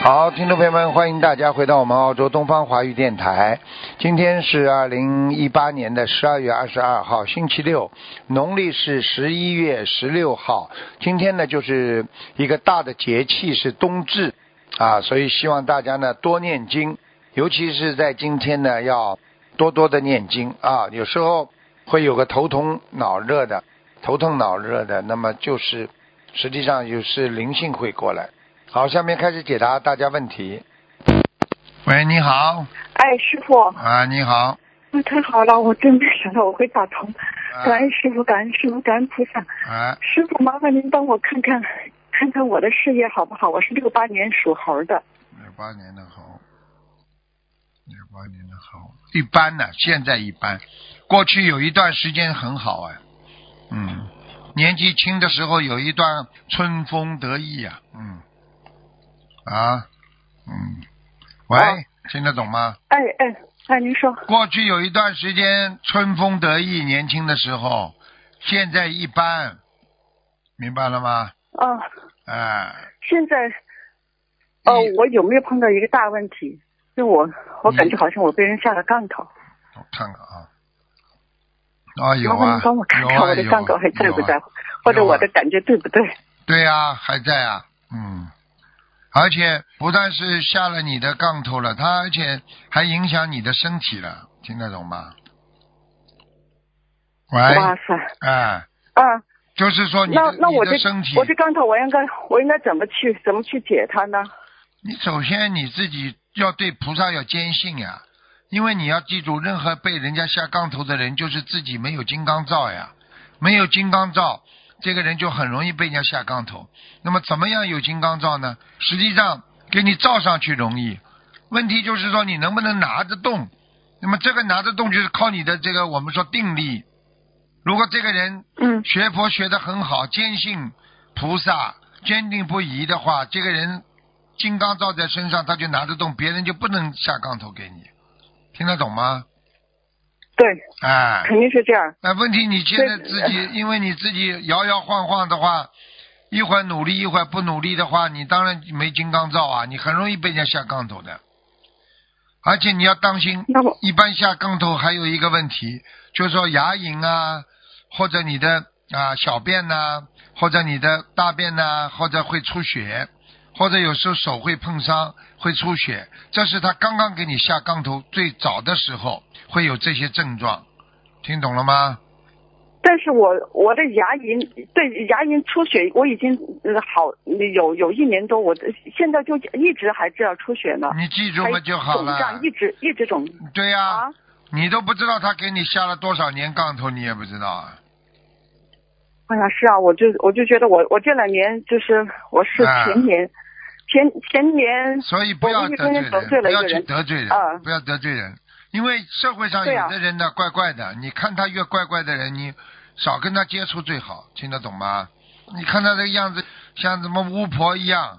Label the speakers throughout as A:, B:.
A: 好，听众朋友们，欢迎大家回到我们澳洲东方华语电台。今天是二零一八年的十二月二十二号，星期六，农历是十一月十六号。今天呢，就是一个大的节气是冬至啊，所以希望大家呢多念经，尤其是在今天呢要多多的念经啊。有时候会有个头痛脑热的，头痛脑热的，那么就是实际上就是灵性会过来。好，下面开始解答大家问题。喂，你好，
B: 哎，师傅，
A: 啊，你好，
B: 那太好了，我真没想到我会打通。感恩师傅，感恩师傅，感恩菩萨。
A: 啊，
B: 师傅，麻烦您帮我看看，看看我的事业好不好？我是六八年属猴的，
A: 六八年的猴，六八年的猴，一般呢、现在一般，过去有一段时间很好哎，嗯，年纪轻的时候有一段春风得意呀、嗯，啊，嗯，喂，
B: 啊
A: 听得懂吗？
B: 哎哎哎，您说，
A: 过去有一段时间春风得意，年轻的时候，现在一般，明白了吗？
B: 啊，
A: 哎、
B: 现在，哦、
A: 你
B: 我有没有碰到一个大问题？就我，我感觉
A: 嗯
B: 好像我被人下了杠口。
A: 我看看啊，啊有
B: 麻烦
A: 啊
B: 您，帮我看
A: 有
B: 看
A: 啊
B: 我的杠口还在不
A: 有啊有
B: 在，
A: 啊
B: 或者我的感觉对不对？
A: 对呀、还在啊，嗯，而且不但是下了你的杠头了，它而且还影响你的身体了，听得懂吗？喂，
B: 哇
A: 哎、
B: 塞，啊，
A: 就是说你
B: 那
A: 的
B: 那我
A: 你
B: 这
A: 的身体，
B: 我这杠头我应该我应该怎么去怎么去解它呢？
A: 你首先你自己要对菩萨要坚信呀，因为你要记住，任何被人家下杠头的人，就是自己没有金刚罩呀，没有金刚罩，这个人就很容易被人家下杠头。那么怎么样有金刚罩呢？实际上给你罩上去容易，问题就是说你能不能拿得动。那么这个拿得动就是靠你的这个我们说定力。如果这个人
B: 嗯
A: 学佛学得很好，坚信菩萨，坚定不移的话，这个人金刚罩在身上，他就拿得动，别人就不能下杠头给你，听得懂吗？，
B: 对，
A: 哎，
B: 肯定是这样。
A: 那问题你现在
B: 对
A: 自己，因为你自己摇摇晃晃的话，一会儿努力，一会儿不努力的话，你当然没金刚罩啊，你很容易被人家下杠头的。而且你要当心，
B: 那我
A: 一般下杠头还有一个问题，就是说牙龈啊，或者你的啊小便呐、或者你的大便呐、或者会出血，或者有时候手会碰伤，会出血。这是他刚刚给你下杠头最早的时候会有这些症状，听懂了吗？
B: 但是我我的牙龈对牙龈出血，我已经呃好有有一年多，我的现在就一直还这样出血呢，
A: 你记住
B: 还
A: 嘛就好
B: 肿
A: 了
B: 胀，。一直一直肿
A: 对呀、
B: 啊。
A: 你都不知道他给你下了多少年杠头，你也不知道啊。
B: 哎呀，是啊，我就我就觉得我我这两年就是我是
A: 啊
B: 前年、前前年
A: 所以不要得罪人，
B: 我无意中就得罪了
A: 不
B: 一
A: 要
B: 个
A: 去
B: 人
A: 得罪人，
B: 啊
A: 不要得罪人，因为社会上
B: 对
A: 有
B: 啊
A: 的人呢、怪怪的，你看他越怪怪的人，你少跟他接触最好，听得懂吗？你看他这个样子，像什么巫婆一样，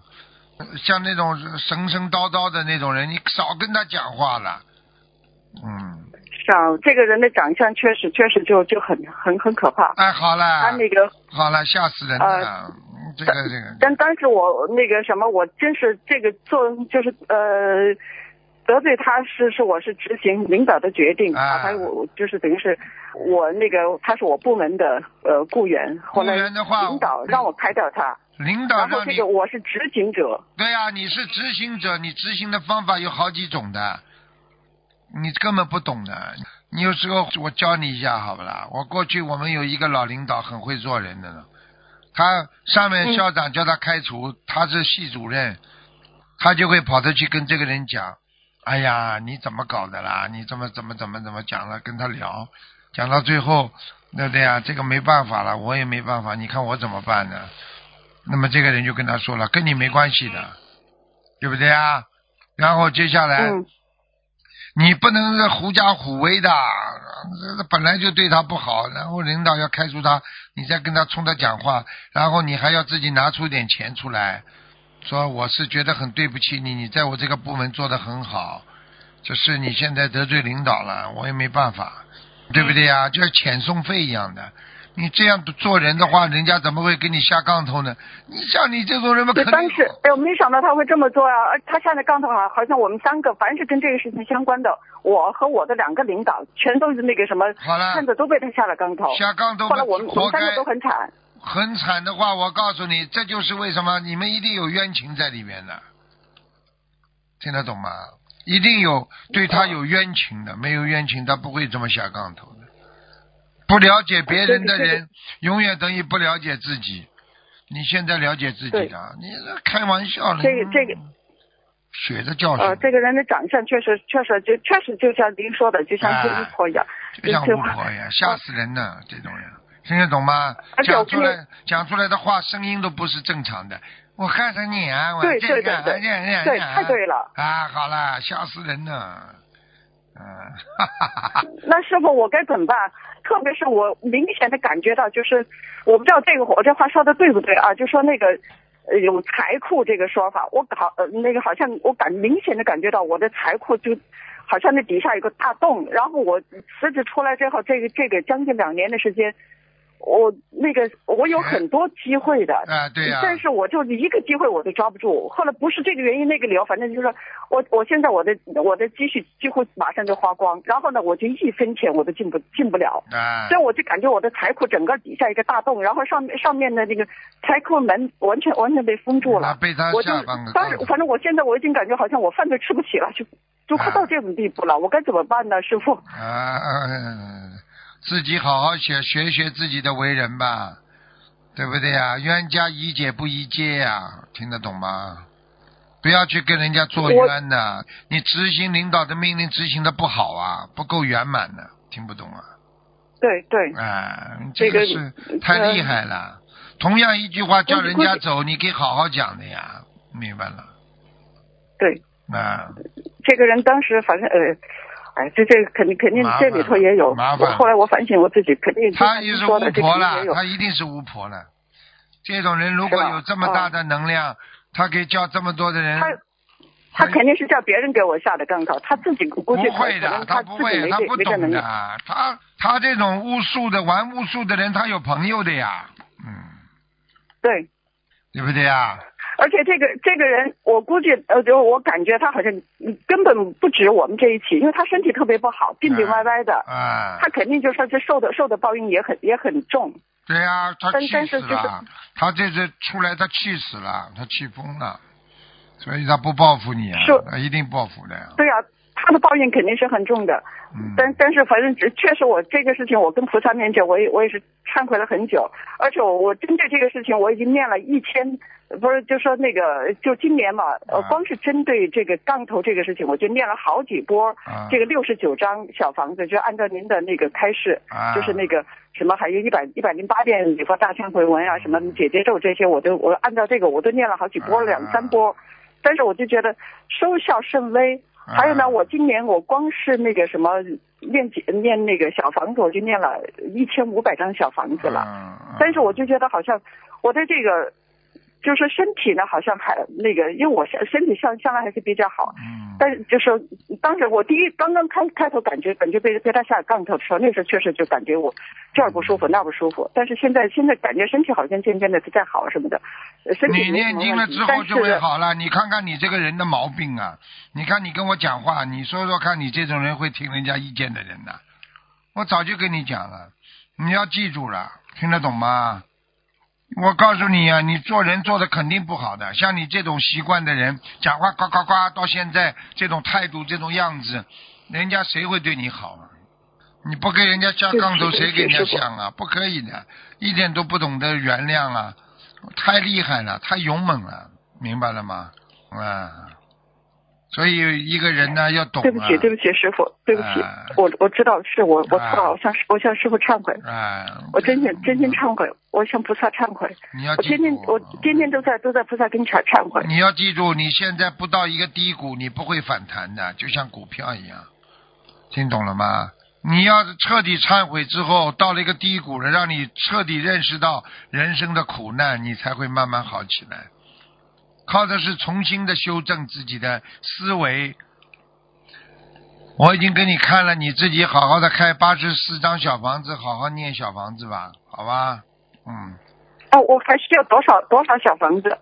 A: 像那种神神叨叨的那种人，你少跟他讲话了。嗯，
B: 是啊，这个人的长相确实确实就就很很很可怕。
A: 哎，好
B: 他
A: 了，
B: 那个，
A: 好了，吓死人
B: 啊
A: 了，嗯这个这个。
B: 但当时我那个什么，我真是这个做就是呃，得罪他是是我是执行领导的决定，
A: 啊
B: 把他我就是等于是我那个他是我部门的呃雇员，后来
A: 雇员的话嗯
B: 领导让我开掉他，
A: 领导
B: 然后
A: 让
B: 这
A: 你
B: 个我是执行者，
A: 对呀、你是执行者，你执行的方法有好几种的，你根本不懂的。你有时候我教你一下好不啦？我过去我们有一个老领导很会做人的呢，他上面
B: 嗯
A: 校长叫他开除，他是系主任，他就会跑着去跟这个人讲，哎呀，你怎么搞的啦？你怎么怎么怎么怎么讲了？跟他聊，讲到最后，对不对呀？这个没办法了，我也没办法，你看我怎么办呢？那么这个人就跟他说了，跟你没关系的，对不对啊？然后接下来、
B: 嗯，
A: 你不能是狐假虎威的，这本来就对他不好，然后领导要开除他，你再跟他冲他讲话，然后你还要自己拿出点钱出来，说我是觉得很对不起你，你在我这个部门做得很好，只是你
B: 嗯
A: 现在得罪领导了，我也没办法，对不对呀、就像遣送费一样的，你这样做人的话，人家怎么会给你下杠头呢？你像你这种人嘛，肯定
B: 但是哎呦，没想到他会这么做啊！而他下的杠头啊，好像我们三个凡是跟这个事情相关的，我和我的两个领导全都是那个什么，
A: 好了
B: 看着都被他下了杠头。
A: 下杠头
B: 后来我们我
A: 活
B: 们三
A: 该
B: 个都很惨。
A: 很惨的话，我告诉你，这就是为什么你们一定有冤情在里面的，听得懂吗？一定有对他有冤情的，没有冤情他不会这么下杠头的。不了解别人的
B: 啊对对
A: 人，永远等于不了解自己。你现在了解自己了，你这开玩笑了。
B: 这个这个
A: 血的教训，
B: 呃，这个人的长相确实确实就确实就像您说的，就像
A: 哎
B: 这一坨一样。
A: 就像
B: 这
A: 巫
B: 话
A: 婆一样，吓死人呢！这种人，听得懂吗？
B: 而且
A: 讲
B: 我
A: 出
B: 跟
A: 来讲出来的话，声音都不是正常的。我看上你啊，我
B: 对
A: 这个
B: 对对
A: 这样这样这
B: 对，
A: 样
B: 太对了。
A: 啊，好啦，吓死人了。嗯，哈哈哈
B: 那师傅，我该怎么办？特别是我明显的感觉到，就是我不知道这个我这话说的对不对啊？就说那个呃有财库这个说法，我好呃那个好像我感明显的感觉到我的财库就好像那底下有个大洞。然后我辞职出来之后，这个这个将近两年的时间，我那个我有很多机会的，
A: 啊，对呀、
B: 但是我就一个机会我都抓不住。后来不是这个原因那个理由，反正就是说我我现在我的我的积蓄几乎马上就花光，然后呢我就一分钱我都进不进不了，
A: 啊
B: 所，以我就感觉我的财库整个底下一个大洞，然后上面上面的那个财库门完全完全被封住
A: 那
B: 了。
A: 啊被他
B: 我就
A: 下半个
B: 当时
A: 杠头
B: 反正我现在我已经感觉好像我饭都吃不起了，就就
A: 哎
B: 快到这种地步了，我该怎么办呢，师傅？
A: 啊、嗯自己好好学学学自己的为人吧，对不对呀、冤家宜解不宜结呀、听得懂吗？不要去跟人家做冤呐、你执行领导的命令执行的不好啊，不够圆满呢、听不懂啊？
B: 对对，
A: 啊，你这
B: 这
A: 个
B: 个
A: 是太厉害了。同样一句话叫人家走，你可以好好讲的呀，明白了？
B: 对，
A: 啊，
B: 这个人当时反正呃。哎，这这肯定肯定
A: 麻烦
B: 这里头也有。
A: 麻烦
B: 我后来我反省我自己，肯定就
A: 他
B: 像
A: 也
B: 您
A: 是
B: 说
A: 巫
B: 的这
A: 婆
B: 肯定
A: 了
B: 也有，。
A: 他一定是巫婆了。这种人如果
B: 是吧啊
A: 有这么大的能量，他可以叫这么多的人，
B: 他他肯定是叫别人给我下的杠杆，他自己估
A: 不
B: 计
A: 会
B: 可
A: 的
B: 能，
A: 他
B: 自
A: 不
B: 己
A: 会，
B: 没
A: 他
B: 这
A: 不
B: 没这
A: 懂
B: 能力。
A: 的，他他这种巫术的玩巫术的人，他有朋友的呀，嗯，
B: 对，
A: 对不对呀？
B: 而且这个这个人，我估计呃，就我感觉他好像嗯根本不止我们这一起，因为他身体特别不好，病病歪歪的，
A: 啊，
B: 他肯定就说是受的受的报应也很也很重。
A: 对呀，他
B: 但
A: 气
B: 但
A: 死
B: 是就是
A: 了，他这次出来他气死了，他气疯了，所以他不报复你啊
B: 是，
A: 他一定报复的呀，
B: 对啊，他的报应肯定是很重的。
A: 嗯，
B: 但但是反正只确实我这个事情，我跟菩萨面前，我也我也是忏悔了很久，而且我我针对这个事情，我已经念了一千，不是就说那个就今年嘛，呃
A: 啊，
B: 光是针对这个杠头这个事情，我就念了好几波，
A: 啊
B: 这个六十九张小房子，就按照您的那个开示，
A: 啊
B: 就是那个什么还有一百一百零八遍礼佛大忏悔文啊，
A: 嗯
B: 什么解结咒这些，我都我按照这个我都念了好几波，
A: 啊
B: 两三波，但是我就觉得收效甚微。
A: 啊
B: 还有呢，我今年我光是那个什么念几念那个小房子，我就念了一千五百张小房子了。
A: 嗯，嗯
B: 但是我就觉得好像我的这个就是身体呢，好像还那个，因为我身身体向向来还是比较好。
A: 嗯
B: 但是就是当时我第一刚刚开开头感觉感觉被被他下杠头的时候，那时候确实就感觉我这儿不舒服那儿不舒服。但是现在现在感觉身体好像渐渐的不太好什么的，呃身体
A: 你
B: 没什
A: 念
B: 么
A: 经了之后
B: 问题但是
A: 就会好了。你看看你这个人的毛病啊！你看你跟我讲话，你说说看你这种人会听人家意见的人呐、我早就跟你讲了，你要记住了，听得懂吗？我告诉你啊，你做人做的肯定不好的。像你这种习惯的人，讲话呱呱呱，到现在这种态度、这种样子，人家谁会对你好啊？你不给人家下杠头，
B: 是是
A: 谁给人家
B: 是是
A: 下啊？不可以的，一点都不懂得原谅啊！太厉害了，太勇猛了，明白了吗？啊，所以一个人呢要懂啊。
B: 对不起，对不起，师傅，对不起
A: 啊，
B: 我我知道是我我错了，
A: 啊
B: 我向师我向师傅忏悔，
A: 啊，嗯
B: 我真心真心忏悔，我向菩萨忏悔，
A: 你要
B: 我
A: 记
B: 天天
A: 住嗯
B: 我天天都在都在菩萨跟前儿忏悔，
A: 你要记住，你现在不到一个低谷，你不会反弹的，就像股票一样，听懂了吗？你要是彻底忏悔之后，到了一个低谷了，让你彻底认识到人生的苦难，你才会慢慢好起来。靠的是重新的修正自己的思维，我已经给你看了，你自己好好的开八十四张小房子，好好念小房子吧，好吧？嗯，
B: 哦，我还需要多少多少小房子？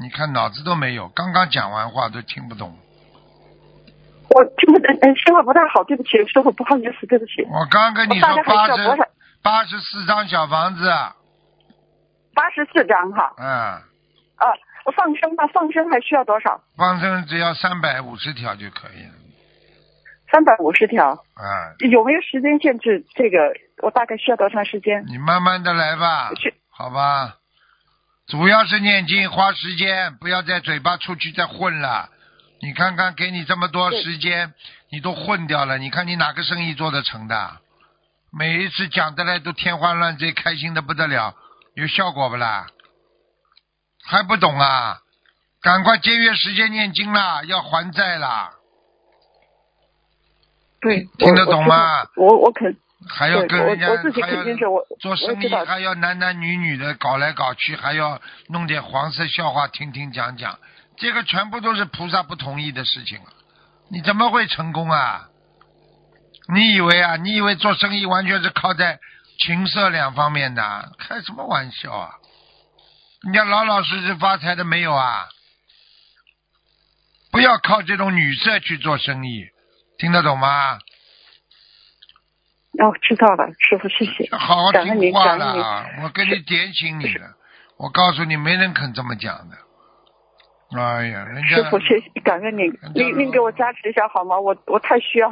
A: 你看脑子都没有，刚刚讲完话都听不懂。
B: 我听不懂，嗯，信号不太好，对不起，师傅，不好意思，对不起。
A: 我刚跟你
B: 我大
A: 说
B: 概还
A: 八
B: 需要多
A: 十
B: 少？
A: 八十四张小房子，
B: 八十四张哈。
A: 嗯，
B: 啊，我放生吧，放生还需要多少？
A: 放生只要三百五十条就可以了，
B: 三百五十条，
A: 啊、
B: 有没有时间限制？这个我大概需要多长时间？
A: 你慢慢的来吧，
B: 去
A: 好吧？主要是念经花时间，不要在嘴巴出去再混了。你看看，给你这么多
B: 对
A: 时间，你都混掉了。你看你哪个生意做得成的？每一次讲的来都天花乱坠，开心的不得了，有效果不啦？还不懂啊？赶快节约时间念经啦，要还债啦，
B: 对，
A: 听得懂吗
B: 我我我肯
A: 还要
B: 对，
A: 跟
B: 我
A: 人家
B: 我自己
A: 还要
B: 肯定是我
A: 做
B: 我
A: 生
B: 知
A: 意
B: 道
A: 还要男男女女的搞来搞去，还要弄点黄色笑话听听讲讲，这个全部都是菩萨不同意的事情啊！你怎么会成功啊？你以为啊？你以为做生意完全是靠在情色两方面的？开什么玩笑啊！人家老老实实发财的没有啊？不要靠这种女色去做生意，听得懂吗？
B: 哦，知道了，师傅谢谢。
A: 好好
B: 感恩
A: 听
B: 您
A: 话
B: 感
A: 了
B: 恩您
A: 啊，我跟你点醒你了。我告诉你，没人肯这么讲的。哎呀，人
B: 师
A: 家
B: 傅，谢谢，感恩您
A: 人，家
B: 您您给我加持一下好吗？我我太需要，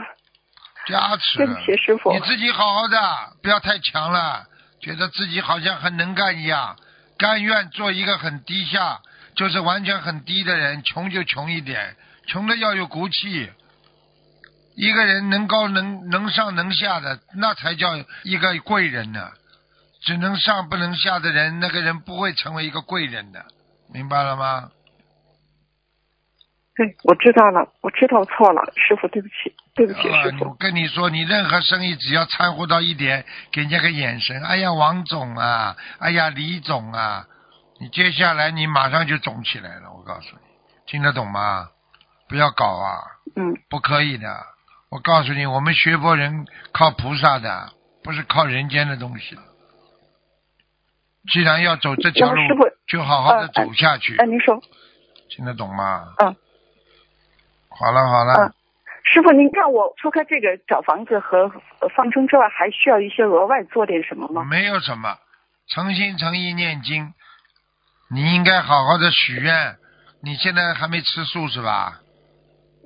A: 加持
B: 对不
A: 了，
B: 起，师傅
A: 嗯你。自己好好的，不要太强了，觉得自己好像很能干一样，甘愿做一个很低下，就是完全很低的人，穷就穷一点，穷的要有骨气。一个人能高能能上能下的，那才叫一个贵人呢。只能上不能下的人，那个人不会成为一个贵人的，明白了吗？
B: 对，我知道了，我知道我错了，师傅，对不起，对不起，
A: 啊
B: 师
A: 你我
B: 傅。
A: 跟你说，你任何生意只要掺和到一点，给人家个眼神，哎呀，王总啊，哎呀，李总啊，你接下来你马上就肿起来了，我告诉你，听得懂吗？不要搞啊，
B: 嗯，
A: 不可以的。我告诉你，我们学佛人靠菩萨的，不是靠人间的东西。既然要走这条
B: 那
A: 路
B: 么师傅，
A: 就好好的
B: 嗯嗯
A: 走下去，
B: 哎，您说，
A: 听得懂吗？
B: 嗯。
A: 好了好了，
B: 嗯师傅，您看我除开这个找房子和呃放生之外，还需要一些额外做点什么吗？
A: 没有什么，诚心诚意念经，你应该好好的许愿。你现在还没吃素是吧？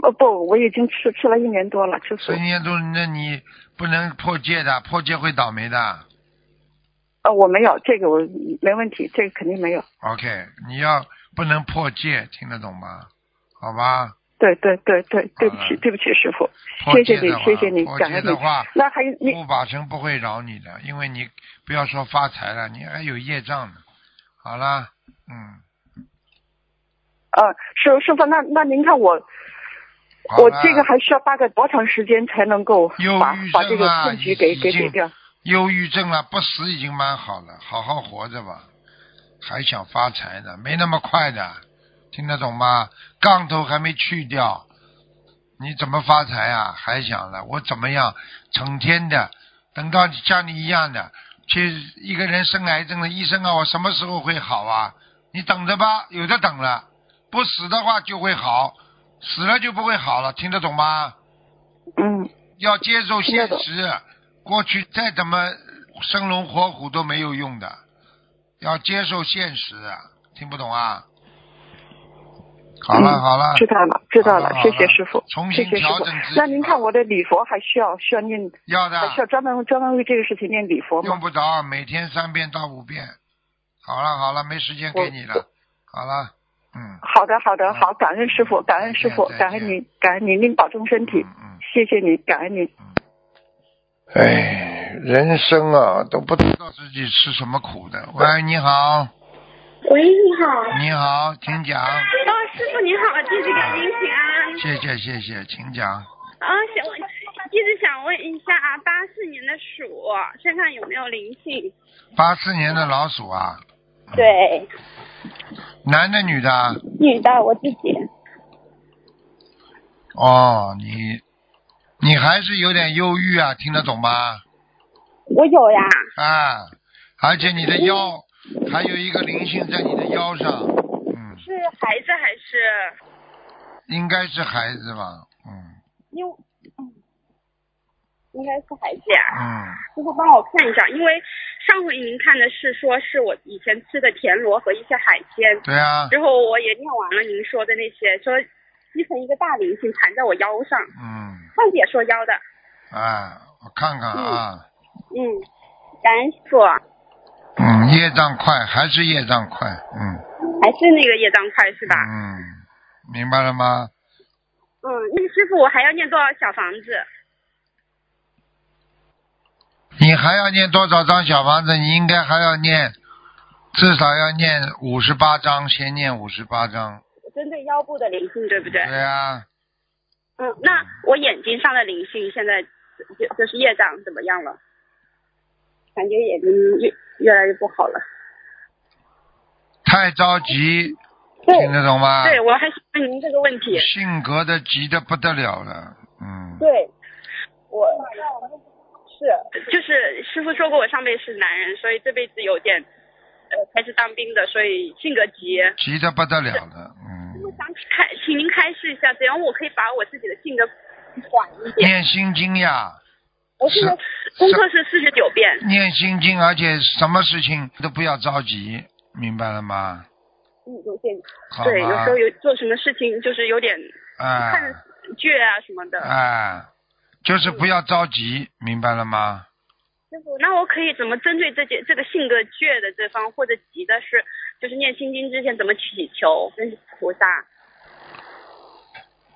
B: 哦不，我已经吃吃了一年多了，吃素
A: 所以。念都，那你不能破戒的，破戒会倒霉的。
B: 呃，我没有这个，我没问题，这个肯定没有。
A: OK，你要不能破戒，听得懂吗？好吧，
B: 对对对对，对不起
A: 嗯
B: 对不起，师傅，
A: 破
B: 谢
A: 戒的
B: 谢您
A: 话，
B: 谢谢您，
A: 破
B: 感
A: 戒
B: 恩
A: 的
B: 您。
A: 话，
B: 那还有你
A: 护法神不会饶你的，因为你不要说发财了，你还有业障呢。好啦，嗯，
B: 呃，师师傅，那那您看我
A: 好
B: 我
A: 啦
B: 这个还需要大概多长时间才能够
A: 忧
B: 把
A: 郁
B: 把
A: 症
B: 这个
A: 啊
B: 问题
A: 已
B: 给
A: 已
B: 给解
A: 经
B: 掉？
A: 忧郁症了，不死已经蛮好了，好好活着吧。还想发财呢，没那么快的，听得懂吗？杠头还没去掉，你怎么发财啊？还想了，我怎么样？成天的，等到像你一样的，去一个人生癌症了，医生啊，我什么时候会好啊？你等着吧，有的等了，不死的话就会好，死了就不会好了，听得懂吗？
B: 嗯，
A: 要接受现
B: 听
A: 实，过去再怎么生龙活虎都没有用的，要接受现实，听不懂啊？好了、
B: 嗯
A: 好了，
B: 知道了知道了
A: 好了，
B: 谢
A: 好
B: 谢
A: 了
B: 师傅，
A: 啊重
B: 谢
A: 新
B: 谢师
A: 调
B: 傅
A: 整自己。
B: 那您
A: 吧
B: 看我的礼佛还需要需要念，
A: 要的
B: 还需要专门专门为这个事情念礼佛
A: 用
B: 吗？
A: 不着每天三遍到五遍。好了好了，没时间给你
B: 我
A: 了。好了，嗯，
B: 好的好的
A: 嗯
B: 好，感恩师傅，感恩师傅
A: 啊再，见
B: 感
A: 再
B: 恩
A: 见
B: 您，感恩您，您保重身体
A: 嗯，嗯。
B: 谢谢您，感恩您。
A: 哎，人生啊，都不知道自己吃什么苦的。喂，你好，
C: 喂，你好，
A: 你好，请讲。
C: 哦，师傅您好，弟子给您请安。
A: 谢谢谢谢，请讲。
C: 啊，想问，弟子想问一下啊，八四年的鼠身上有没有灵性？
A: 八四年的老鼠啊，
C: 对，
A: 男的女的啊？
C: 女的，我自己。
A: 哦，你你还是有点忧郁啊，听得懂吗？
C: 我有呀，
A: 啊，而且你的腰还有一个灵性在你的腰上，嗯，
C: 是孩子还是
A: 应该是孩子吧，嗯
C: 因为嗯应该是孩子呀、
A: 嗯，
C: 如果帮我看一下，因为上回您看的是说是我以前吃的田螺和一些海鲜，
A: 对啊，
C: 之后我也念完了您说的那些，说积成一个大灵性缠在我腰上，
A: 嗯，
C: 上次也说腰的，
A: 啊，我看看啊，
C: 嗯，感恩师傅，
A: 嗯，业障快，还是业障快，嗯
C: 还是那个业障快是吧？
A: 嗯，明白了吗？
C: 嗯，那师傅我还要念多少小房子？
A: 你还要念多少张小房子？你应该还要念，至少要念五十八张，先念五十八张，
C: 针对腰部的灵性对不对？
A: 对啊，
C: 嗯，那我眼睛上的灵性现在就就是业障怎么样了？感觉眼睛越越来越不好了。
A: 太着急，
C: 对，
A: 听得懂吗？
C: 对我还想问您这个问题。
A: 性格的急的不得了了，嗯，
C: 对，我是就是师傅说过我上辈子是男人，所以这辈子有点呃开始当兵的，所以性格急。
A: 急的不得了了，嗯。
C: 我想开，请您开示一下，怎样我可以把我自己的性格缓一点？
A: 念心经呀，
C: 我现在 功课是四十九遍。
A: 念心经，而且什么事情都不要着急，明白了吗？
C: 嗯，有点
A: 好
C: 对，有
A: 吗
C: 时候？有做什么事情就是有点看
A: 哎
C: 着倔啊什么的。
A: 哎，就是不要着急，明白了吗？
C: 师傅，那我可以怎么针对这件这个性格倔的这方或者急的是，就是念心经之前怎么祈求跟菩萨？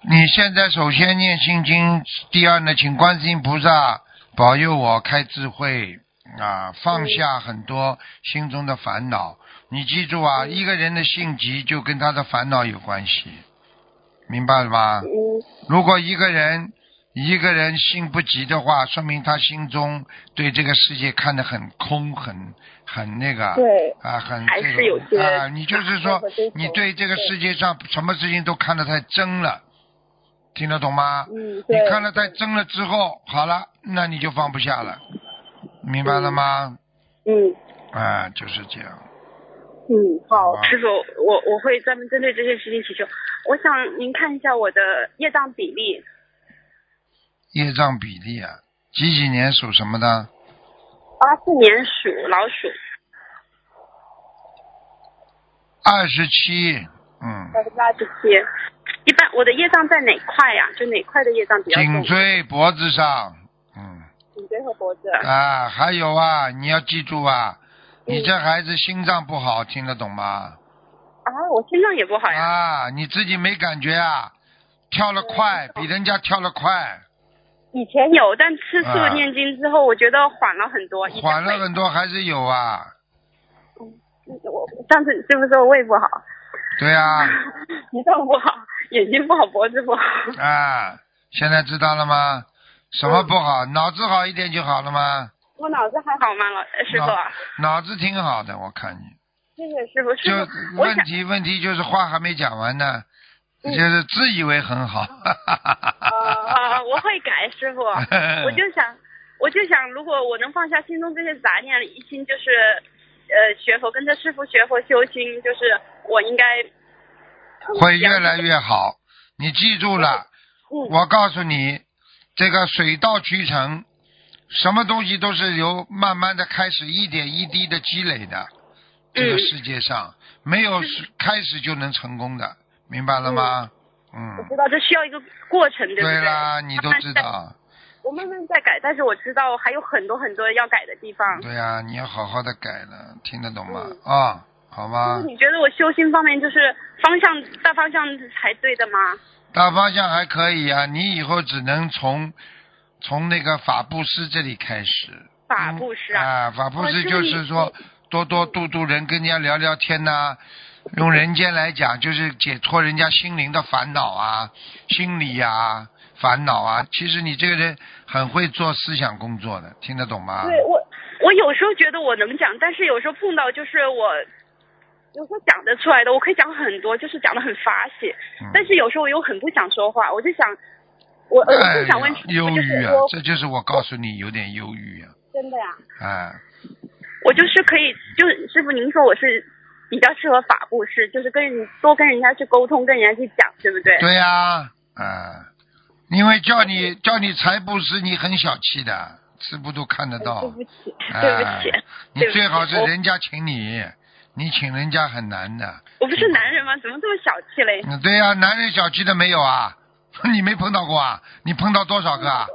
A: 你现在首先念心经，第二呢，请观世音菩萨保佑我开智慧啊，放下很多心中的烦恼。你记住啊，一个人的性急就跟他的烦恼有关系，明白了吗？
C: 嗯，
A: 如果一个人一个人心不急的话，说明他心中对这个世界看得很空，很很那个。
C: 对，
A: 啊，很
C: 还
A: 这
C: 是
A: 种
C: 有些
A: 啊，你就是说
C: 想法和追，
A: 你
C: 求
A: 对这个
C: 对
A: 世界上什么事情都看得太真了，听得懂吗？
C: 嗯，
A: 你
C: 对，
A: 看得太真了之后，好了，那你就放不下了，明白了吗？
C: 嗯
A: 啊，就是这样。
C: 嗯，
A: 好
C: 师傅，我我会专门针对这件事情祈求。我想您看一下我的业障比例，
A: 业障比例啊，几几年属什么的？
C: 八四年属老鼠，
A: 二十七，嗯，
C: 百分之二十七。一般我的业障在哪块呀、就哪块的业障比较
A: 颈
C: 重？
A: 椎、脖子上，嗯。
C: 颈椎和脖子。
A: 啊，还有啊，你要记住啊，
C: 嗯
A: 你这孩子心脏不好，听得懂吗？
C: 啊，我心脏也不好呀。
A: 啊，你自己没感觉啊？跳得快，
C: 嗯
A: 比人家跳得快，
C: 以前有，但吃素
A: 啊
C: 念经之后，我觉得缓了很多。以前
A: 缓了
C: 胃
A: 很多还是有啊？
C: 我上次师傅说我胃不好，
A: 对啊，
C: 胰脏不好，眼睛不好，脖子不好。
A: 啊，现在知道了吗？什么不好？
C: 嗯
A: 脑子好一点就好了吗？
C: 我脑子还好吗，老师傅？
A: 脑脑子挺好的，我看你。
C: 谢谢师傅，师
A: 就
C: 傅，我
A: 问
C: 想
A: 题问题就是话还没讲完呢，
C: 嗯
A: 就是自以为很好。
C: 啊、呃，我会改，师傅。 我就想，我就想，如果我能放下心中这些杂念，一心就是呃学佛，跟着师傅学佛修心，就是我应该
A: 会越来越好。你记住了，
C: 嗯
A: 我告诉你，这个水到渠成，什么东西都是由慢慢的开始，一点一滴的积累的。这个世界上没有是开始就能成功的，明白了吗？
C: 我
A: 嗯，
C: 知道这需要一个过程，对不对？
A: 啦，你都
C: 慢慢
A: 知
C: 在
A: 道，
C: 我慢慢在改，但是我知道还有很多很多要改的地方。
A: 对呀、你要好好的改了，听得懂
C: 嗯
A: 吗？啊、好
C: 就
A: 吧
C: 是，你觉得我修心方面就是方向大方向才对的吗？
A: 大方向还可以啊，你以后只能从从那个法布施这里开始。
C: 法布施啊，
A: 啊，法布
C: 哦
A: 施
C: 就
A: 就
C: 是
A: 是
C: 你嗯
A: 说多多度度人，跟人家聊聊天呐、用人间来讲就是解脱人家心灵的烦恼啊、心理呀、烦恼啊。其实你这个人很会做思想工作的，听得懂吗？
C: 对我我有时候觉得我能讲，但是有时候碰到就是我有时候讲得出来的，我可以讲很多，就是讲得很法喜，
A: 嗯
C: 但是有时候我又很不想说话，我就想。我呃我
A: 哎
C: 就想问
A: 呀，
C: 师
A: 忧
C: 傅，就
A: 郁
C: 是
A: 啊
C: 我，
A: 这就是我告诉你有点忧郁啊，
C: 真的呀、
A: 啊，
C: 我就是可以，就是师傅您说我是比较适合法布施，就是跟人多跟人家去沟通，跟人家去讲，对不对？
A: 对呀、啊，因为叫你叫你财布施，你很小气的，吃不都看得
C: 哎
A: 到
C: 对，不起， 对不
A: 哎
C: 起，，
A: 你
C: 对不
A: 最好
C: 起
A: 是
C: 我
A: 人家请你，你请人家很难的，
C: 我不是男人吗？怎么这么小气嘞？
A: 嗯，对呀、男人小气的没有啊？ 你没碰到过啊？你碰到多少个 啊？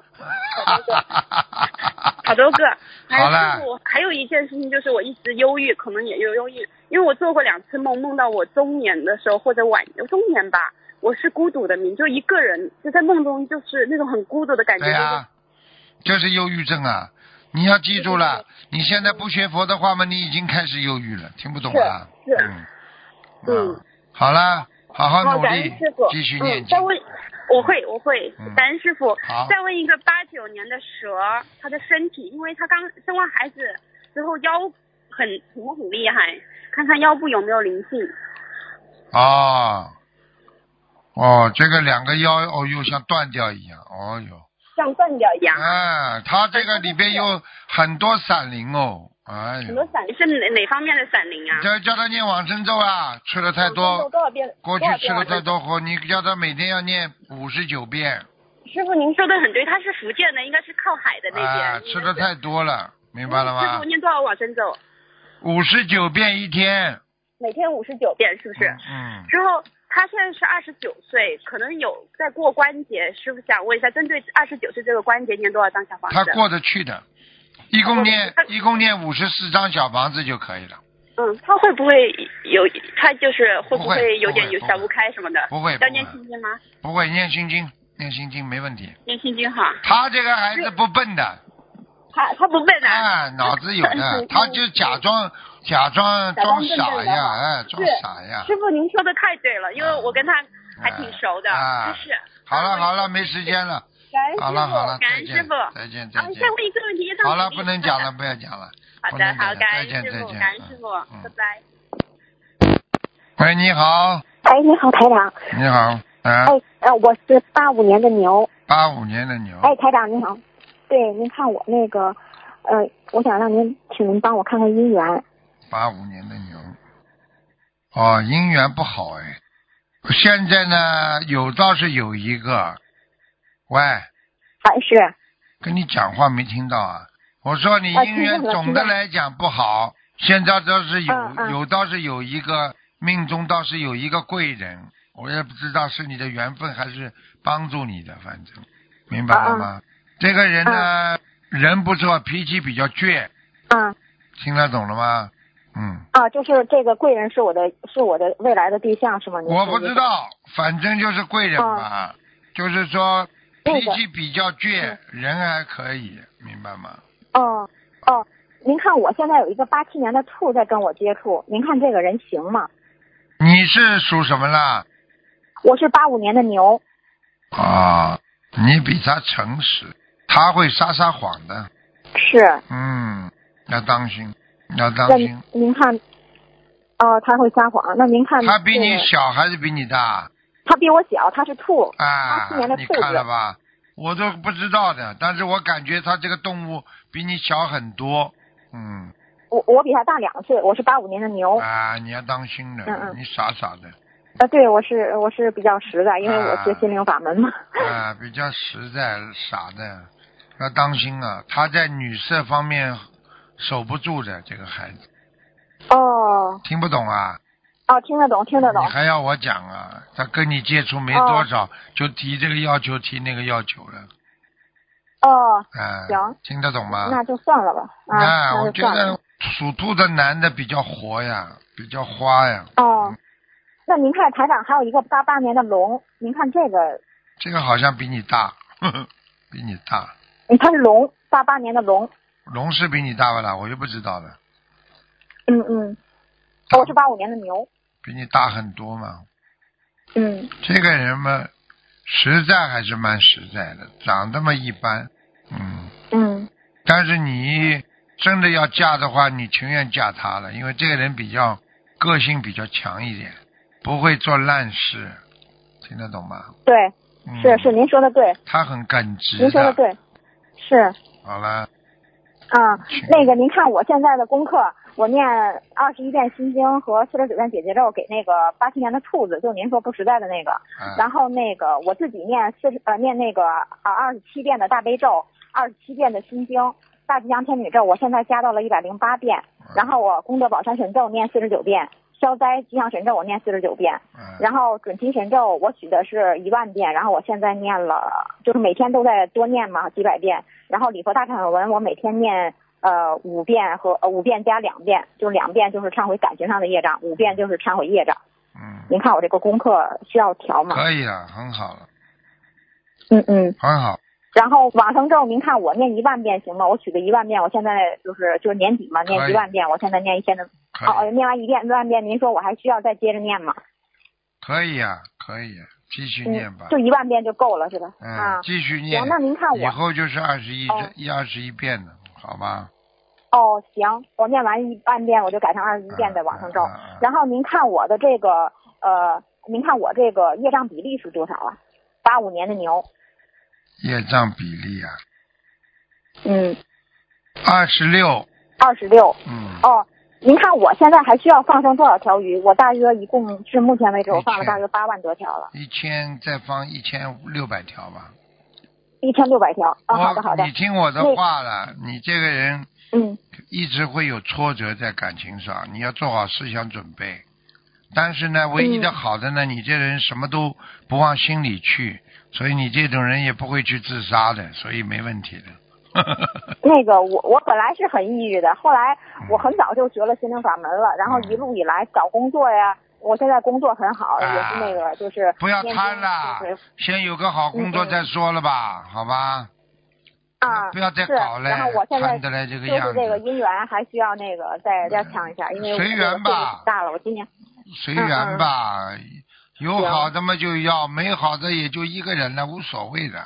C: 好多个，好多个。还
A: 好了
C: 有师傅，还有一件事情就是我一直忧郁，可能也有忧郁，因为我做过两次梦，梦到我中年的时候或者晚中年吧，我是孤独的命，就一个人，就在梦中就是那种很孤独的感觉。
A: 对呀、就是忧郁症啊！你要记住了，你现在不学佛的话嘛，你已经开始忧郁了，听不懂啊？
C: 是是
A: 嗯，
C: 嗯
A: 啊好啦，好好
C: 好，
A: 努
C: 哦感恩
A: 力
C: 师傅，，
A: 继续念
C: 嗯。
A: 经
C: 再。问，我会，我会
A: 嗯。
C: 感恩师傅
A: 好。
C: 再问一个八九年的蛇，他的身体，因为他刚生完孩子之后腰很疼很厉害，看看腰部有没有灵性。
A: 哦，哦，这个两个腰，哦哟，像断掉一样，哦哟。
C: 像断掉一样，
A: 啊，它这个里边有很多闪灵哦，哎
C: 很多
A: 呦，
C: 闪是哪哪方面的闪灵啊？
A: 叫叫他念往生咒啊，吃了太多，
C: 多少遍？
A: 过去吃了太多活，你叫他每天要念五十九遍，
C: 师傅，您说的很对，他是福建的，应该是靠海的那边。
A: 啊，吃的太多了，明
C: 明
A: 白了
C: 师
A: 吗
C: 傅？念多少往生咒？
A: 五十九遍一天，
C: 每天五十九遍，是不是？
A: 嗯，
C: 之后他现在是二十九岁，可能有在过关节，师傅想问一下，针对二十九岁这个关节念多少张小房子？
A: 他过得去的，一共念
C: 他过得去
A: 一共念五十四张小房子就可以了，
C: 嗯，他会不会有他就是会
A: 不会
C: 会有点
A: 不会
C: 有想不开什么的？
A: 不会不
C: 要念
A: 会
C: 心经吗？
A: 不会念心经，念心经没问题。
C: 念心经哈。
A: 他这个孩子不笨的，
C: 他他不笨啊。
A: 啊，脑子有的，他就假装假装
C: 假
A: 装
C: 装笨
A: 傻
C: 笨的
A: 呀，
C: 哈
A: 哎，装
C: 是
A: 傻呀。
C: 师傅，您说的太对了，因为我跟他还挺熟的，
A: 啊
C: 就是。
A: 好了好了，没时间了，
C: 感恩师
A: 好了好了，
C: 感
A: 再
C: 恩师
A: 见
C: 傅。
A: 再见
C: 啊
A: 再，见
C: 再。问一个问题，让
A: 好了，
C: 我
A: 不能讲了，。不要讲了。
C: 好
A: 不
C: 的，
A: 能讲
C: 好，
A: 了
C: 感
A: 再
C: 恩
A: 见
C: 师
A: 再
C: 傅，
A: 见
C: 感恩师傅，
A: 嗯
C: 拜拜。
A: 喂，你好，
D: 哎，你好，台长。
A: 你
C: 哦
A: 好，啊，
D: 哎，呃，我是八五年的牛。
A: 八五年的牛，
D: 哎，
C: 哦
D: 台长你好。对，您看我那个，呃，我想让您，请您帮我看看姻缘。
A: 八五年的牛，哦，姻缘不好哎。现在呢，有倒是有一个，喂，
D: 还是
A: 跟你讲话没听到啊？我说你
D: 啊
A: 姻缘
D: 听见了
A: 总
D: 听
A: 的
D: 见了
A: 来讲不好，现在倒是有、
D: 嗯嗯
A: 有倒是有一个命中倒是有一个贵人，我也不知道是你的缘分还是帮助你的，反正明白了
D: 啊
A: 吗？这个人呢，人不错，脾气比较倔，
D: 啊
A: 听得懂了吗？嗯，
D: 啊，就是这个贵人是我的，是我的未来的对象是吗？您
A: 我
D: 是
A: 不
D: 一
A: 知
D: 个。
A: 道，反正就是贵人吧，就是说
D: 啊对
A: 脾
D: 的嗯
A: 气比较倔，人还可以，明白吗？
D: 哦哦，您看我现在有一个八七年的兔在跟我接触，您看这个人行吗？
A: 你是属什么啦？
D: 我是八五年的牛。
A: 啊，你比他诚实，他会撒撒谎的。
D: 是。
A: 嗯，要当心，要当
D: 那您
A: 心。
D: 您看，哦，他会撒谎。那您看
A: 他比你
D: 是
A: 小还是比你大
D: 他比我小，他是兔。
A: 啊
D: 他今年？的
A: 你
D: 兔子
A: 看了吧？我都不知道的，但是我感觉他这个动物比你小很多。嗯，
D: 我我比他大两岁，我是八五年的牛。
A: 啊，你要当心的，
D: 嗯嗯
A: 你傻傻 的，
D: 啊，对，我是我是比较实在，因为我学心灵法门嘛。
A: 啊，比较实在，傻的，要当心啊！他在女色方面守不住的，这个孩子
D: 哦
A: 听不懂啊？
D: 哦，听得懂，听得懂
A: 你。还要我讲啊？他跟你接触没多少，就提这个要求，提那个要求了，
D: 哦，
A: 啊、
D: 行
A: 听得懂吗？
D: 那就算了吧。啊，
A: 啊我
D: 那就
A: 觉
D: 算了
A: 得。属兔的男的比较活呀，比较花呀，
D: 哦，那您看台长还有一个八八年的龙，您看这个，
A: 这个好像比你大， 呵呵比你大，
D: 嗯他是龙，八八年的龙。
A: 龙是比你大不啦？我就不知道了，
D: 嗯嗯，哦我是八五年的牛。
A: 比你大很多嘛。
D: 嗯
A: 这个人嘛，实在还是蛮实在的，长得嘛一般，嗯。
D: 嗯
A: 但是你真的要嫁的话，你情愿嫁他了，因为这个人比较个性比较强一点，不会做烂事，听得懂吗？
D: 对，
A: 嗯
D: 是是，您说的对，
A: 他很耿直
D: 您说的对，是。
A: 好了，
D: 啊、
A: 请
D: 那个您看我现在的功课，我念二十一遍心经和四十九遍解结咒给那个八七年的兔子，就您说不实在的那个。
A: 啊
D: 然后那个我自己念四十呃念那个啊二十七遍的大悲咒，二十七遍的心经，大吉祥天女咒，我现在加到了一百零八遍。然后我功德宝山神咒念四十九遍，消灾吉祥神咒我念四十九遍，
A: 啊
D: 然后准提神咒我许的是一万遍，然后我现在念了，就是每天都在多念嘛几百遍。然后礼佛大忏悔文我每天念呃五遍和呃五遍加两遍，就是两遍就是忏悔感情上的业障，五遍就是忏悔业障。
A: 嗯，
D: 您看我这个功课需要调吗？
A: 可以了，很好了，
D: 嗯嗯。
A: 很好，
D: 然后往生咒您看我念一万遍行吗？我许个一万遍，我现在就是就是年底嘛
A: 可
D: 念
A: 以
D: 一万遍，我现在念一千的
A: 可
D: 哦
A: 以，
D: 哦，念完一遍一万遍，您说我还需要再接着念吗？
A: 可以呀，可以呀，继续念吧
D: 嗯，，就一万遍就够了是吧？啊
A: 嗯，。继续念
D: 行，，那您看
A: 以
D: 我
A: 后就是二十一
D: 哦
A: 一二十一遍了，好吧？
D: 哦，行，我念完一万遍我就改成二十一遍的往生咒
A: 嗯。嗯嗯
D: 然后您看我的这个呃，您看我这个业障比例是多少啊？八五年的牛，
A: 业障比例啊，
D: 嗯，
A: 二十六，
D: 二十六。
A: 嗯，
D: 哦，您看我现在还需要放生多少条鱼？我大约一共至目前为止我放了大约八万多条了，
A: 一千再放一千六百条吧。
D: 一千六百条。啊，好的好的
A: 我，你听我的
D: 那
A: 话了，你这个人
D: 嗯，
A: 一直会有挫折在感情上，你要做好思想准备。但是呢，唯一的好的呢，
D: 嗯
A: 你这人什么都不往心里去，所以你这种人也不会去自杀的，所以没问题的。
D: 那个我我本来是很抑郁的，后来
A: 嗯
D: 我很早就学了心灵法门了，然后一路以来找工作呀，我现在工作很好，
A: 啊
D: 也是那个就是
A: 不要
D: 天
A: 贪
D: 天
A: 啦
D: 就是，
A: 先有个好工作
D: 嗯嗯
A: 再说了吧，好吧？
D: 啊，
A: 嗯不要再
D: 是
A: 搞了
D: 然后我，现在
A: 贪得来这个
D: 就
A: 样
D: 是
A: 子。嗯
D: 这个姻缘还需要那个再再抢一下，因为我
A: 随缘
D: 这个岁数
A: 吧
D: 大了，我今年
A: 随缘吧，有
D: 嗯行
A: 好的嘛就要，没好的也就一个人了，无所谓的。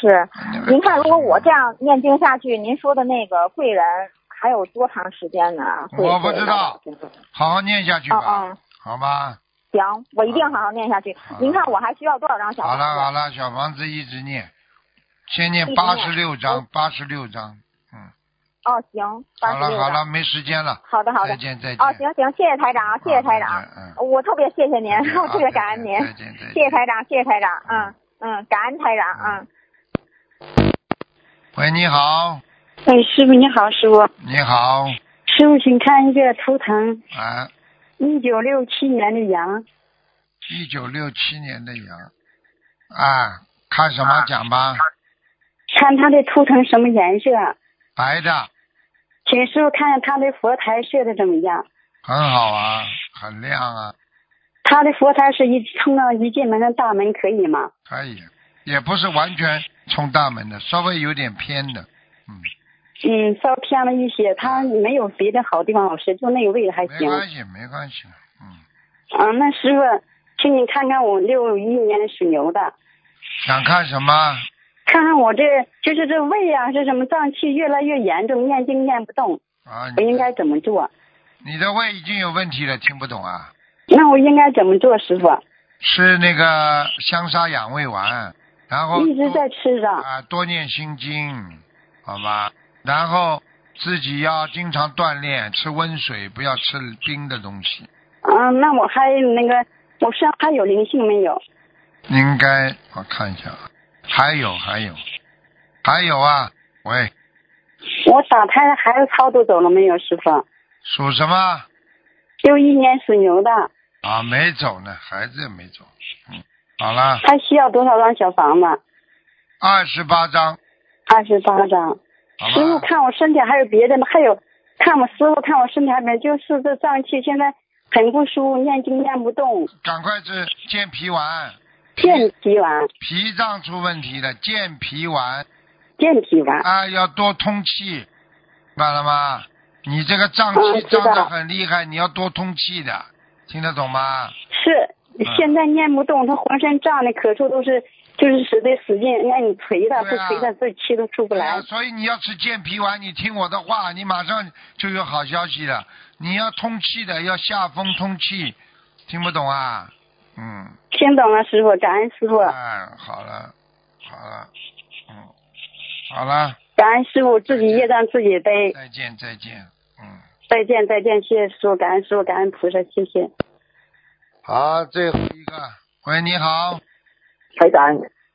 D: 是。
A: 那个
D: 您看，如果我这，样念经下去，您说的那个贵人还有多长时间呢？会
A: 我不知道。
D: 会到
A: 好好念下去
D: 嗯
A: 吧，
D: 嗯，
A: 好吧？
D: 行，我一定好好念下去
A: 好。
D: 您看我还需要多少张小
A: 好
D: 房子？
A: 了好了，小房子一直念，先
D: 一
A: 念
D: 直
A: 八
D: 念
A: 十六章，八十六章。嗯，
D: 哦，行，八
A: 好
D: 十
A: 了
D: 六
A: 好了，
D: 张。
A: 没时间了，
D: 好的好的
A: 再。见再见。
D: 哦，行行，谢谢台长，谢谢台
A: 好
D: 长啊
A: 再见，嗯
D: 我特别谢谢您
A: 再见，
D: 我特别
A: 啊
D: 感恩您，
A: 再见再见。
D: 谢谢台长，谢谢台长，
A: 嗯
D: 嗯嗯，感恩台长，
A: 嗯
D: 嗯。
A: 喂，你好，
E: 哎，师傅你好，师傅，
A: 你好，
E: 师傅请看一个图腾，
A: 啊，
E: 一九六七年的羊，
A: 一九六七年的羊，啊，看什么讲吧，
E: 看他的图腾什么颜色，啊
A: 白的。
E: 请师傅看看他的佛台设的怎么样。
A: 很好啊，很亮啊，
E: 他的佛台是一冲到一进门的大门，可以吗？
A: 可以，也不是完全冲大门的，稍微有点偏的，嗯，
E: 嗯，稍偏了一些，他没有别的好地方，老师就那个位置还
A: 没
E: 行。
A: 关系，没关系，嗯，
E: 嗯，那师傅，请你看看我六一年属牛的，
A: 想看什么？
E: 看看我这就是这胃啊，是什么胀气越来越严重，念经念不动，
A: 啊，
E: 我应
A: 你
E: 该怎么做？
A: 你的胃已经有问题了，听不懂啊？
E: 那我应该怎么做，师傅？
A: 吃那个香砂养胃丸，然后
E: 一直
A: 多
E: 在吃着。
A: 啊多念心经，好吧？然后自己要经常锻炼，吃温水，不要吃冰的东西。
E: 嗯，那我还那个，我身上还有灵性没有？
A: 应该我看一下，啊，还有还有还有啊！喂，
E: 我打胎的孩子超度走了没有，师傅？
A: 属什么？
E: 六一年属牛的，
A: 啊，没走呢，孩子也没走。嗯，好了，
E: 他需要多少张小房子？
A: 二十八章，
E: 二十八张。
A: 好
E: 师傅
A: 吧？
E: 看我身体还有别的吗？还有，看我师傅看我身体还有别的，就是这胀气，现在很不舒服，念经念不动，
A: 赶快吃健脾丸，
E: 健脾丸，
A: 脾脏出问题了，健脾丸
E: 健脾丸。
A: 啊，要多通气，明白了吗？你这个胀气
E: 嗯知
A: 胀
E: 道
A: 得很厉害，你要多通气的，听得懂吗？
E: 是，现在念不动，他浑身胀的，咳嗽都是，就是使的使劲，让你捶他，不
A: 对啊
E: 捶他，这气都出不
A: 对
E: 来。
A: 啊，所以你要吃健脾丸，你听我的话，你马上就有好消息了。你要通气的，要下风通气，听不懂啊？嗯，
E: 听懂了，师傅，感恩师傅，
A: 啊，好了，好了，嗯，好了，
E: 感恩师傅，自己业障自己背。
A: 再见，再见，嗯，
E: 再见，再见，谢谢师傅，感恩师傅，感恩菩萨，谢谢。
A: 好，最后一个，喂，你好，
F: 台长，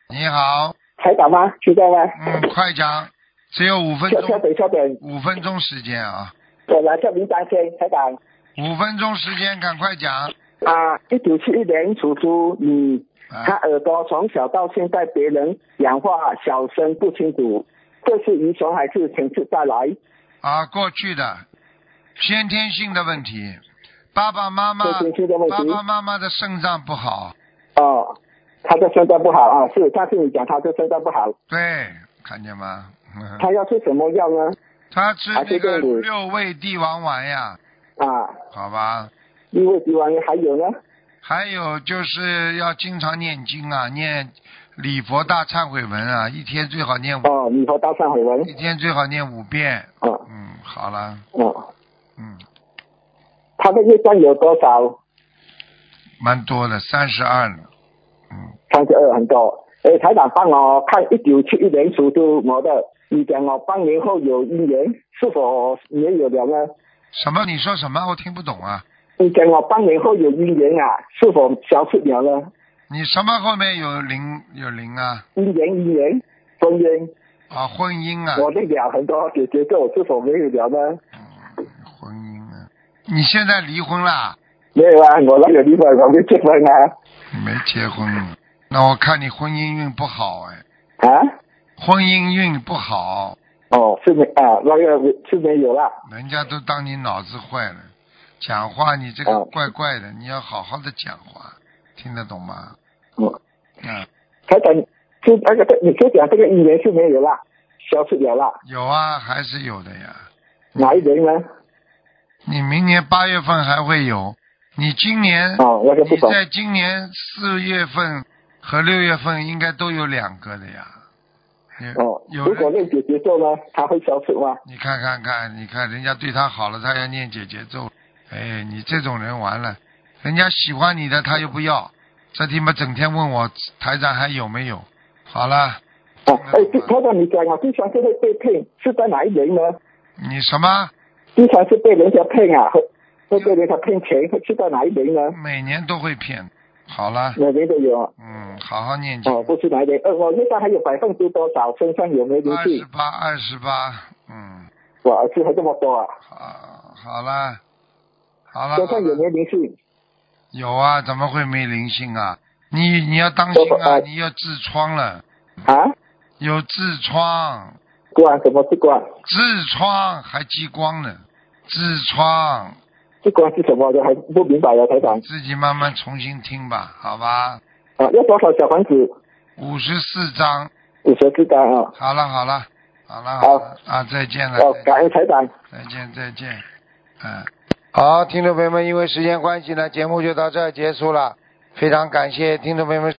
A: 你好，
F: 台长吗？徐教官，
A: 嗯，快讲，只有五分
F: 错错
A: 钟，
F: 北错北，
A: 五分钟时间啊，
F: 我来这名单先，台长
A: 五分钟时间，赶快讲，
F: 啊，一九七一年属猪女，她
A: 啊，
F: 耳朵从小到现在别人讲话小声不清楚，这是遗传还是前世带来？
A: 啊，过去的，先天性的问题，爸爸妈妈，
F: 先天性的问题
A: 爸爸妈妈的肾脏不好，
F: 哦，她的身段不好啊，是上次你讲她的身段不好，
A: 对，看见吗？嗯
F: 她要吃什么药呢？
A: 他吃
F: 啊
A: 那
F: 这
A: 个
F: 个我
A: 六味地黄丸呀，
F: 啊，
A: 好吧？
F: 因为敌王还有呢？
A: 还有就是要经常念经啊，念礼佛大忏悔文啊，一天最好念五，
F: 哦，你和大上回文
A: 一天最好念五遍。
F: 哦
A: 嗯，好了，
F: 哦，
A: 嗯，
F: 她的业障有多少？
A: 蛮多的，三十二了。嗯，
F: 三十二很多。哎，台长帮我看一九七一年属猪我的，哦你讲我半年后有姻缘，是否也有了呢？哦
A: 什么？你说什么？我听不懂啊。
F: 你讲我半年后有姻缘啊，是否消失了呢？
A: 你什么后面有零有零啊？
F: 姻缘姻缘，婚姻，
A: 啊，婚姻啊，
F: 我的了很多姐姐咒是否没有了呢？
A: 婚姻啊。你现在离婚啦？
F: 没有啊，我哪有离婚，我没结婚啊
A: 你没结婚，那我看你婚姻运不好哎，
F: 啊！
A: 婚姻运不好。
F: 哦，是没啊，那个是没有啦。
A: 人家都当你脑子坏了，讲话你这个
F: 哦
A: 怪怪的，你要好好的讲话，听得懂吗？
F: 嗯，
A: 嗯，
F: 台长，是那个你就讲这个姻缘是没有啦，消失了啦，
A: 有啊，还是有的呀。
F: 哪一年呢？
A: 你明年八月份还会有，你今年，
F: 哦，那个不
A: 你
F: 懂。
A: 在今年四月份和六月份应该都有两个的呀。有
F: 哦，
A: 有
F: 如果
A: 人
F: 念姐姐咒呢，它会消失吗？
A: 你看看看，你看人家对他好了，他要念姐姐咒。哎，你这种人完了，人家喜欢你的他又不要，这他妈整天问我台长还有没有？好了，
F: 啊，哎
A: 嗯，
F: 他让你讲啊，经常是会被骗，是在哪一年呢？
A: 你什么
F: 经常是被人家骗啊，会会被人家骗钱，是在哪一年呢？
A: 每年都会骗？好了，
F: 哪年都有啊。
A: 嗯，好好念经
F: 哦，，不是哪一年。呃，我现在还有百分之多少身上有没有灵
A: 二十
F: 性？
A: 八，二十八，嗯，
F: 哇，是还这么多啊！
A: 好，好了，好了，
F: 身上有没有灵性？
A: 有啊，怎么会没灵性啊？你你要当心啊，
F: 我哎
A: 你要痔疮了，
F: 啊？
A: 有痔疮。
F: 光什么是光？
A: 痔疮还激光呢，痔疮
F: 是光是什么？我还不明白了，啊台长。
A: 自己慢慢重新听吧，好吧？
F: 啊，要多少小房子？
A: 五十四章，
F: 五十四张啊！
A: 好了好了好了
F: 好
A: 了啊，再见了，
F: 哦
A: 再，见
F: 感恩台长。
A: 再见再见，嗯。好，听众朋友们，因为时间关系呢，节目就到这儿结束了，非常感谢听众朋友们。